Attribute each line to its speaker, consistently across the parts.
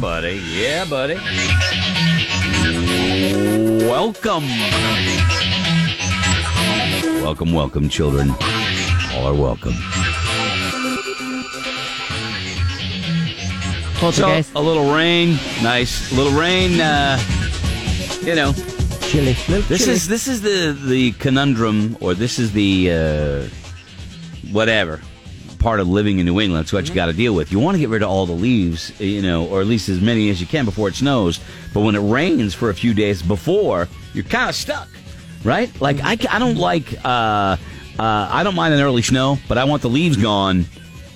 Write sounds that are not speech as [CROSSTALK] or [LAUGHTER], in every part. Speaker 1: buddy. Yeah, buddy. Welcome. Welcome, welcome, children. All are welcome. So,
Speaker 2: Poltergeist.
Speaker 1: a little rain. Nice. A little rain. Uh, you know,
Speaker 2: chilly. Little
Speaker 1: This
Speaker 2: chilly.
Speaker 1: is this is the the conundrum, or this is the uh, whatever part of living in New England. It's what you got to deal with. You want to get rid of all the leaves, you know, or at least as many as you can before it snows. But when it rains for a few days before, you're kind of stuck, right? Like I, ca- I don't like uh, uh, I don't mind an early snow, but I want the leaves gone.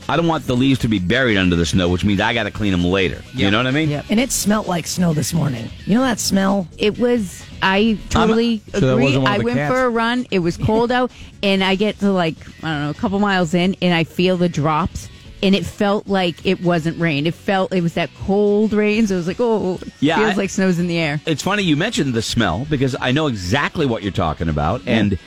Speaker 1: I don't want the leaves to be buried under the snow, which means I got to clean them later. You know what I mean?
Speaker 2: Yep.
Speaker 3: And it smelled like snow this morning. You know that smell?
Speaker 2: It was. I totally
Speaker 4: So that
Speaker 2: agree.
Speaker 4: wasn't one of
Speaker 2: I
Speaker 4: the
Speaker 2: went
Speaker 4: cats.
Speaker 2: for a run. It was cold out, and I get to like I don't know a couple miles in, and I feel the drops, and it felt like it wasn't rain. It felt it was that cold rain. So it was like, oh,
Speaker 1: Yeah,
Speaker 2: feels
Speaker 1: I-
Speaker 2: like snow's in the air.
Speaker 1: It's funny you mentioned the smell because I know exactly what you're talking about, and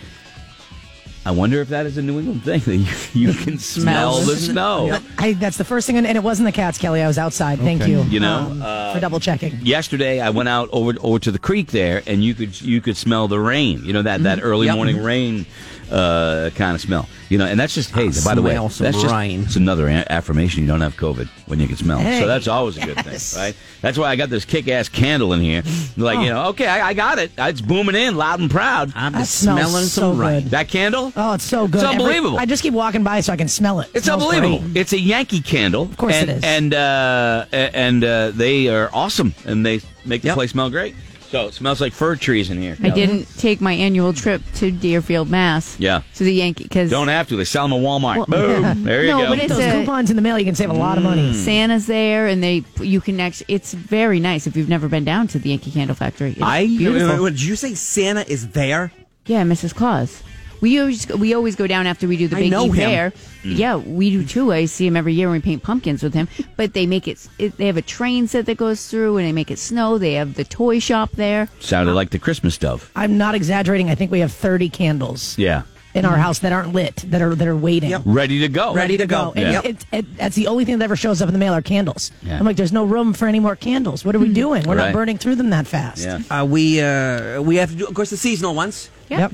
Speaker 1: I wonder if that is a New England thing [LAUGHS] that you, you can smell
Speaker 2: Smells.
Speaker 1: the snow.
Speaker 3: I, that's the first thing, and it wasn't the cats, Kelly. I was outside. Thank you. um,
Speaker 1: You know, uh,
Speaker 3: for double checking.
Speaker 1: Yesterday, I went out over over to the creek there, and you could you could smell the rain. You know that that early
Speaker 4: Mm-hmm. Yep.
Speaker 1: morning rain uh, kind of smell. You know, and that's just hey. by the way,
Speaker 4: Ah, smell some
Speaker 1: that's just
Speaker 4: rain.
Speaker 1: it's another a- affirmation. You don't have COVID when you can smell.
Speaker 3: Hey,
Speaker 1: so that's always a good
Speaker 3: yes.
Speaker 1: thing, right? That's why I got this kick ass candle in here. Like you know, okay, I, I got it. It's booming in loud and proud.
Speaker 4: Oh. I'm
Speaker 3: That
Speaker 4: just
Speaker 3: smells
Speaker 4: smelling
Speaker 3: so
Speaker 4: some rain.
Speaker 3: good.
Speaker 1: That candle?
Speaker 3: Oh, it's so good.
Speaker 1: It's
Speaker 3: Every-
Speaker 1: unbelievable.
Speaker 3: I just keep walking by so I can smell it. It
Speaker 1: it's
Speaker 3: smells
Speaker 1: unbelievable.
Speaker 3: great.
Speaker 1: It's a Yankee candle. Of
Speaker 3: course
Speaker 1: and,
Speaker 3: it is.
Speaker 1: And uh, a- and uh, they are awesome, and they make the
Speaker 4: Yep.
Speaker 1: place smell great. So it smells like fir trees in here.
Speaker 2: I didn't take my annual trip to Deerfield, Mass.
Speaker 1: Yeah.
Speaker 2: to the Yankee because
Speaker 1: Don't have to. They sell them at Walmart.
Speaker 2: Well,
Speaker 1: Boom. There you
Speaker 2: no,
Speaker 1: go.
Speaker 2: but it's
Speaker 3: Those
Speaker 2: a-
Speaker 3: coupons in the mail, you can save a lot of money.
Speaker 1: Mm.
Speaker 2: Santa's there, and they you can actually. It's very nice if you've never been down to the Yankee Candle Factory. It's
Speaker 1: I-
Speaker 2: beautiful.
Speaker 4: Wait, wait, wait, did you say Santa is there?
Speaker 2: Yeah, Mrs. Claus. We always we always go down after we do the
Speaker 4: I
Speaker 2: big
Speaker 4: know
Speaker 2: E
Speaker 4: him.
Speaker 2: fair. Yeah, we do too. I see him every year when we paint pumpkins with him. But they make it, it. They have a train set that goes through, and they make it snow. They have the toy shop there.
Speaker 1: Sounded like the Christmas dove.
Speaker 3: I'm not exaggerating. I think we have 30 candles
Speaker 1: Yeah.
Speaker 3: in our house that aren't lit, that are that are waiting.
Speaker 4: Yep.
Speaker 1: Ready to go.
Speaker 4: Ready to go.
Speaker 3: And
Speaker 1: Yeah.
Speaker 3: it- it- that's the only thing that ever shows up in the mail are candles.
Speaker 1: Yeah. Hmm.
Speaker 3: I'm like, there's no room for any more candles. What are we doing? We're
Speaker 1: Right.
Speaker 3: not burning through them that fast.
Speaker 1: Yeah.
Speaker 4: Uh, we uh, we have to do, of course, the seasonal ones.
Speaker 2: Yeah.
Speaker 3: Yep.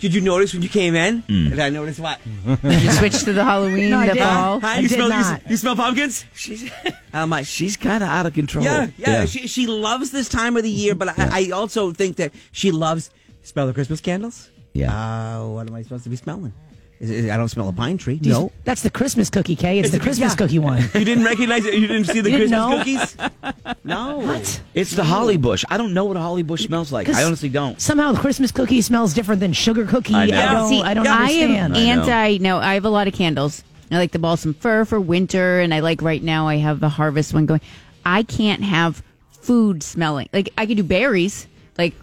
Speaker 4: Did you notice when you came in? Did I notice what?
Speaker 2: You switch to the Halloween,
Speaker 3: No, I
Speaker 2: the
Speaker 3: didn't.
Speaker 4: [LAUGHS]
Speaker 2: fall.
Speaker 3: I
Speaker 4: Huh? you
Speaker 3: did
Speaker 4: smell you, s-
Speaker 3: not.
Speaker 4: you smell pumpkins? She's [LAUGHS] I'm like,
Speaker 1: She's kind of out of control.
Speaker 4: yeah, yeah. She she loves this time of the year, but I, I also think that she loves smell the Christmas candles.
Speaker 1: Yeah.
Speaker 4: Uh, what am I supposed to be smelling? Is it, I don't smell a pine tree.
Speaker 3: Do you-
Speaker 4: No.
Speaker 3: That's the Christmas cookie, Kay. It's the Christmas
Speaker 4: yeah.
Speaker 3: cookie one.
Speaker 4: You didn't recognize it. [LAUGHS] You didn't see the
Speaker 3: You
Speaker 4: Christmas
Speaker 3: didn't
Speaker 4: cookies. No. What?
Speaker 1: It's the holly bush. I don't know what a holly bush smells like. [LAUGHS] I honestly don't.
Speaker 3: Somehow the Christmas cookie smells different than sugar cookie.
Speaker 1: I know.
Speaker 3: I don't,
Speaker 2: See,
Speaker 3: I don't
Speaker 2: am
Speaker 3: understand.
Speaker 1: I know.
Speaker 2: anti. No, I have a lot of candles. I like the balsam fir for winter, and I like right now I have the harvest one going. I can't have food smelling. Like I could do berries, like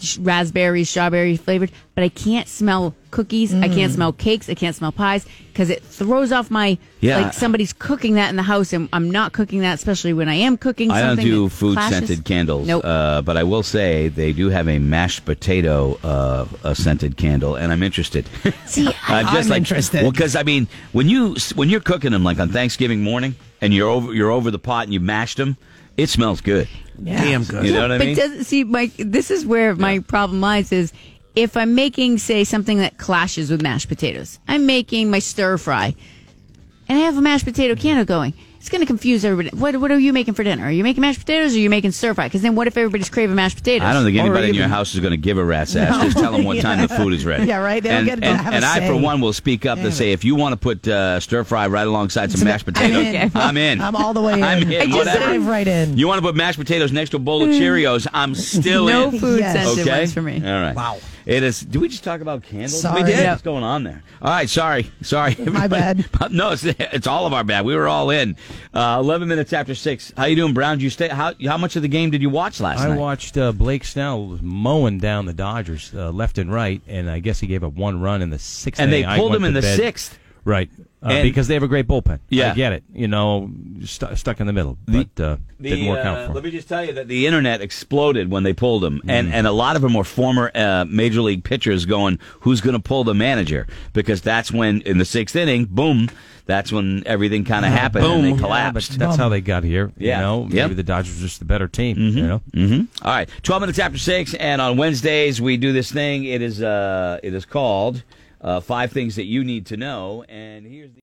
Speaker 2: sh- raspberries, strawberry flavored, but I can't smell cookies. I can't
Speaker 1: Mm.
Speaker 2: smell cakes. I can't smell pies because it throws off my
Speaker 1: Yeah.
Speaker 2: like somebody's cooking that in the house, and I'm not cooking that, especially when I am cooking.
Speaker 1: I don't
Speaker 2: something
Speaker 1: do
Speaker 2: that
Speaker 1: food
Speaker 2: clashes.
Speaker 1: scented candles,
Speaker 2: Nope.
Speaker 1: uh, but I will say they do have a mashed potato uh, a scented candle, and I'm interested.
Speaker 2: [LAUGHS] See,
Speaker 1: [LAUGHS] I'm
Speaker 3: I'm interested.
Speaker 1: Well, because I mean, when you when you're cooking them like on Thanksgiving morning, and you're over you're over the pot and you mashed them, it smells good.
Speaker 4: Damn good.
Speaker 1: You know what I
Speaker 2: but
Speaker 1: mean?
Speaker 2: does, see, Mike, this is where my problem lies. Is if I'm making, say, something that clashes with mashed potatoes, I'm making my stir fry, and I have a mashed potato candle going. It's going to confuse everybody. What What are you making for dinner? Are you making mashed potatoes or are you making stir fry? Because then what if everybody's craving mashed potatoes?
Speaker 1: I don't think
Speaker 3: Or
Speaker 1: anybody in your
Speaker 3: even-
Speaker 1: house is going to give a rat's ass. Just tell
Speaker 3: [LAUGHS]
Speaker 1: them what time the food is ready.
Speaker 3: Yeah, right? They don't
Speaker 1: and
Speaker 3: get to
Speaker 1: and,
Speaker 3: have a
Speaker 1: and I, for
Speaker 3: say.
Speaker 1: one, will speak up
Speaker 3: Damn
Speaker 1: and say, if you want to put uh, stir fry right alongside some mashed potatoes,
Speaker 3: in.
Speaker 1: I'm in.
Speaker 3: I'm all the way in.
Speaker 1: I'm in.
Speaker 2: I just-
Speaker 1: whatever.
Speaker 3: dive right in. Mm.
Speaker 1: You want to put mashed potatoes next to a bowl of Cheerios? I'm still
Speaker 2: no
Speaker 1: in.
Speaker 2: food
Speaker 3: Yes.
Speaker 2: sensitive
Speaker 1: Okay.
Speaker 2: ones for me.
Speaker 1: All right.
Speaker 4: Wow.
Speaker 1: It is. Did we just talk about candles?
Speaker 3: Sorry.
Speaker 1: We did.
Speaker 3: Yeah.
Speaker 1: What's going on there? All right. Sorry. Sorry.
Speaker 3: [LAUGHS] My
Speaker 1: everybody. [LAUGHS]
Speaker 3: bad.
Speaker 1: No, it's, it's all of our bad. We were all in. Uh, Eleven minutes after six. How you doing, Brown? Did you stay? How how much of the game did you watch last
Speaker 5: I
Speaker 1: night?
Speaker 5: watched uh, Blake Snell mowing down the Dodgers uh, left and right, and I guess he gave up one run in the sixth.
Speaker 1: And they
Speaker 5: inning. I
Speaker 1: pulled
Speaker 5: went
Speaker 1: him in
Speaker 5: to
Speaker 1: the
Speaker 5: bed.
Speaker 1: sixth.
Speaker 5: Right. Uh,
Speaker 1: And-
Speaker 5: because they have a great bullpen.
Speaker 1: Yeah.
Speaker 5: I get it. You know, stu stuck in the middle.
Speaker 1: The-
Speaker 5: but uh, didn't work out
Speaker 1: uh,
Speaker 5: for him.
Speaker 1: Let me just tell you that the internet exploded when they pulled him, and
Speaker 5: Mm.
Speaker 1: and a lot of them were former uh, major league pitchers going, "Who's going to pull the manager?" Because that's when in the sixth inning, boom, that's when everything kind of happened and they collapsed.
Speaker 5: Yeah, but that's how they got here.
Speaker 1: Yeah.
Speaker 5: You know, maybe
Speaker 1: Yep. Mm-hmm.
Speaker 5: the Dodgers were just the better team. You know,
Speaker 1: All right, twelve minutes after six, and on Wednesdays we do this thing. It is uh, it is called uh, five things that you need to know, and here's the.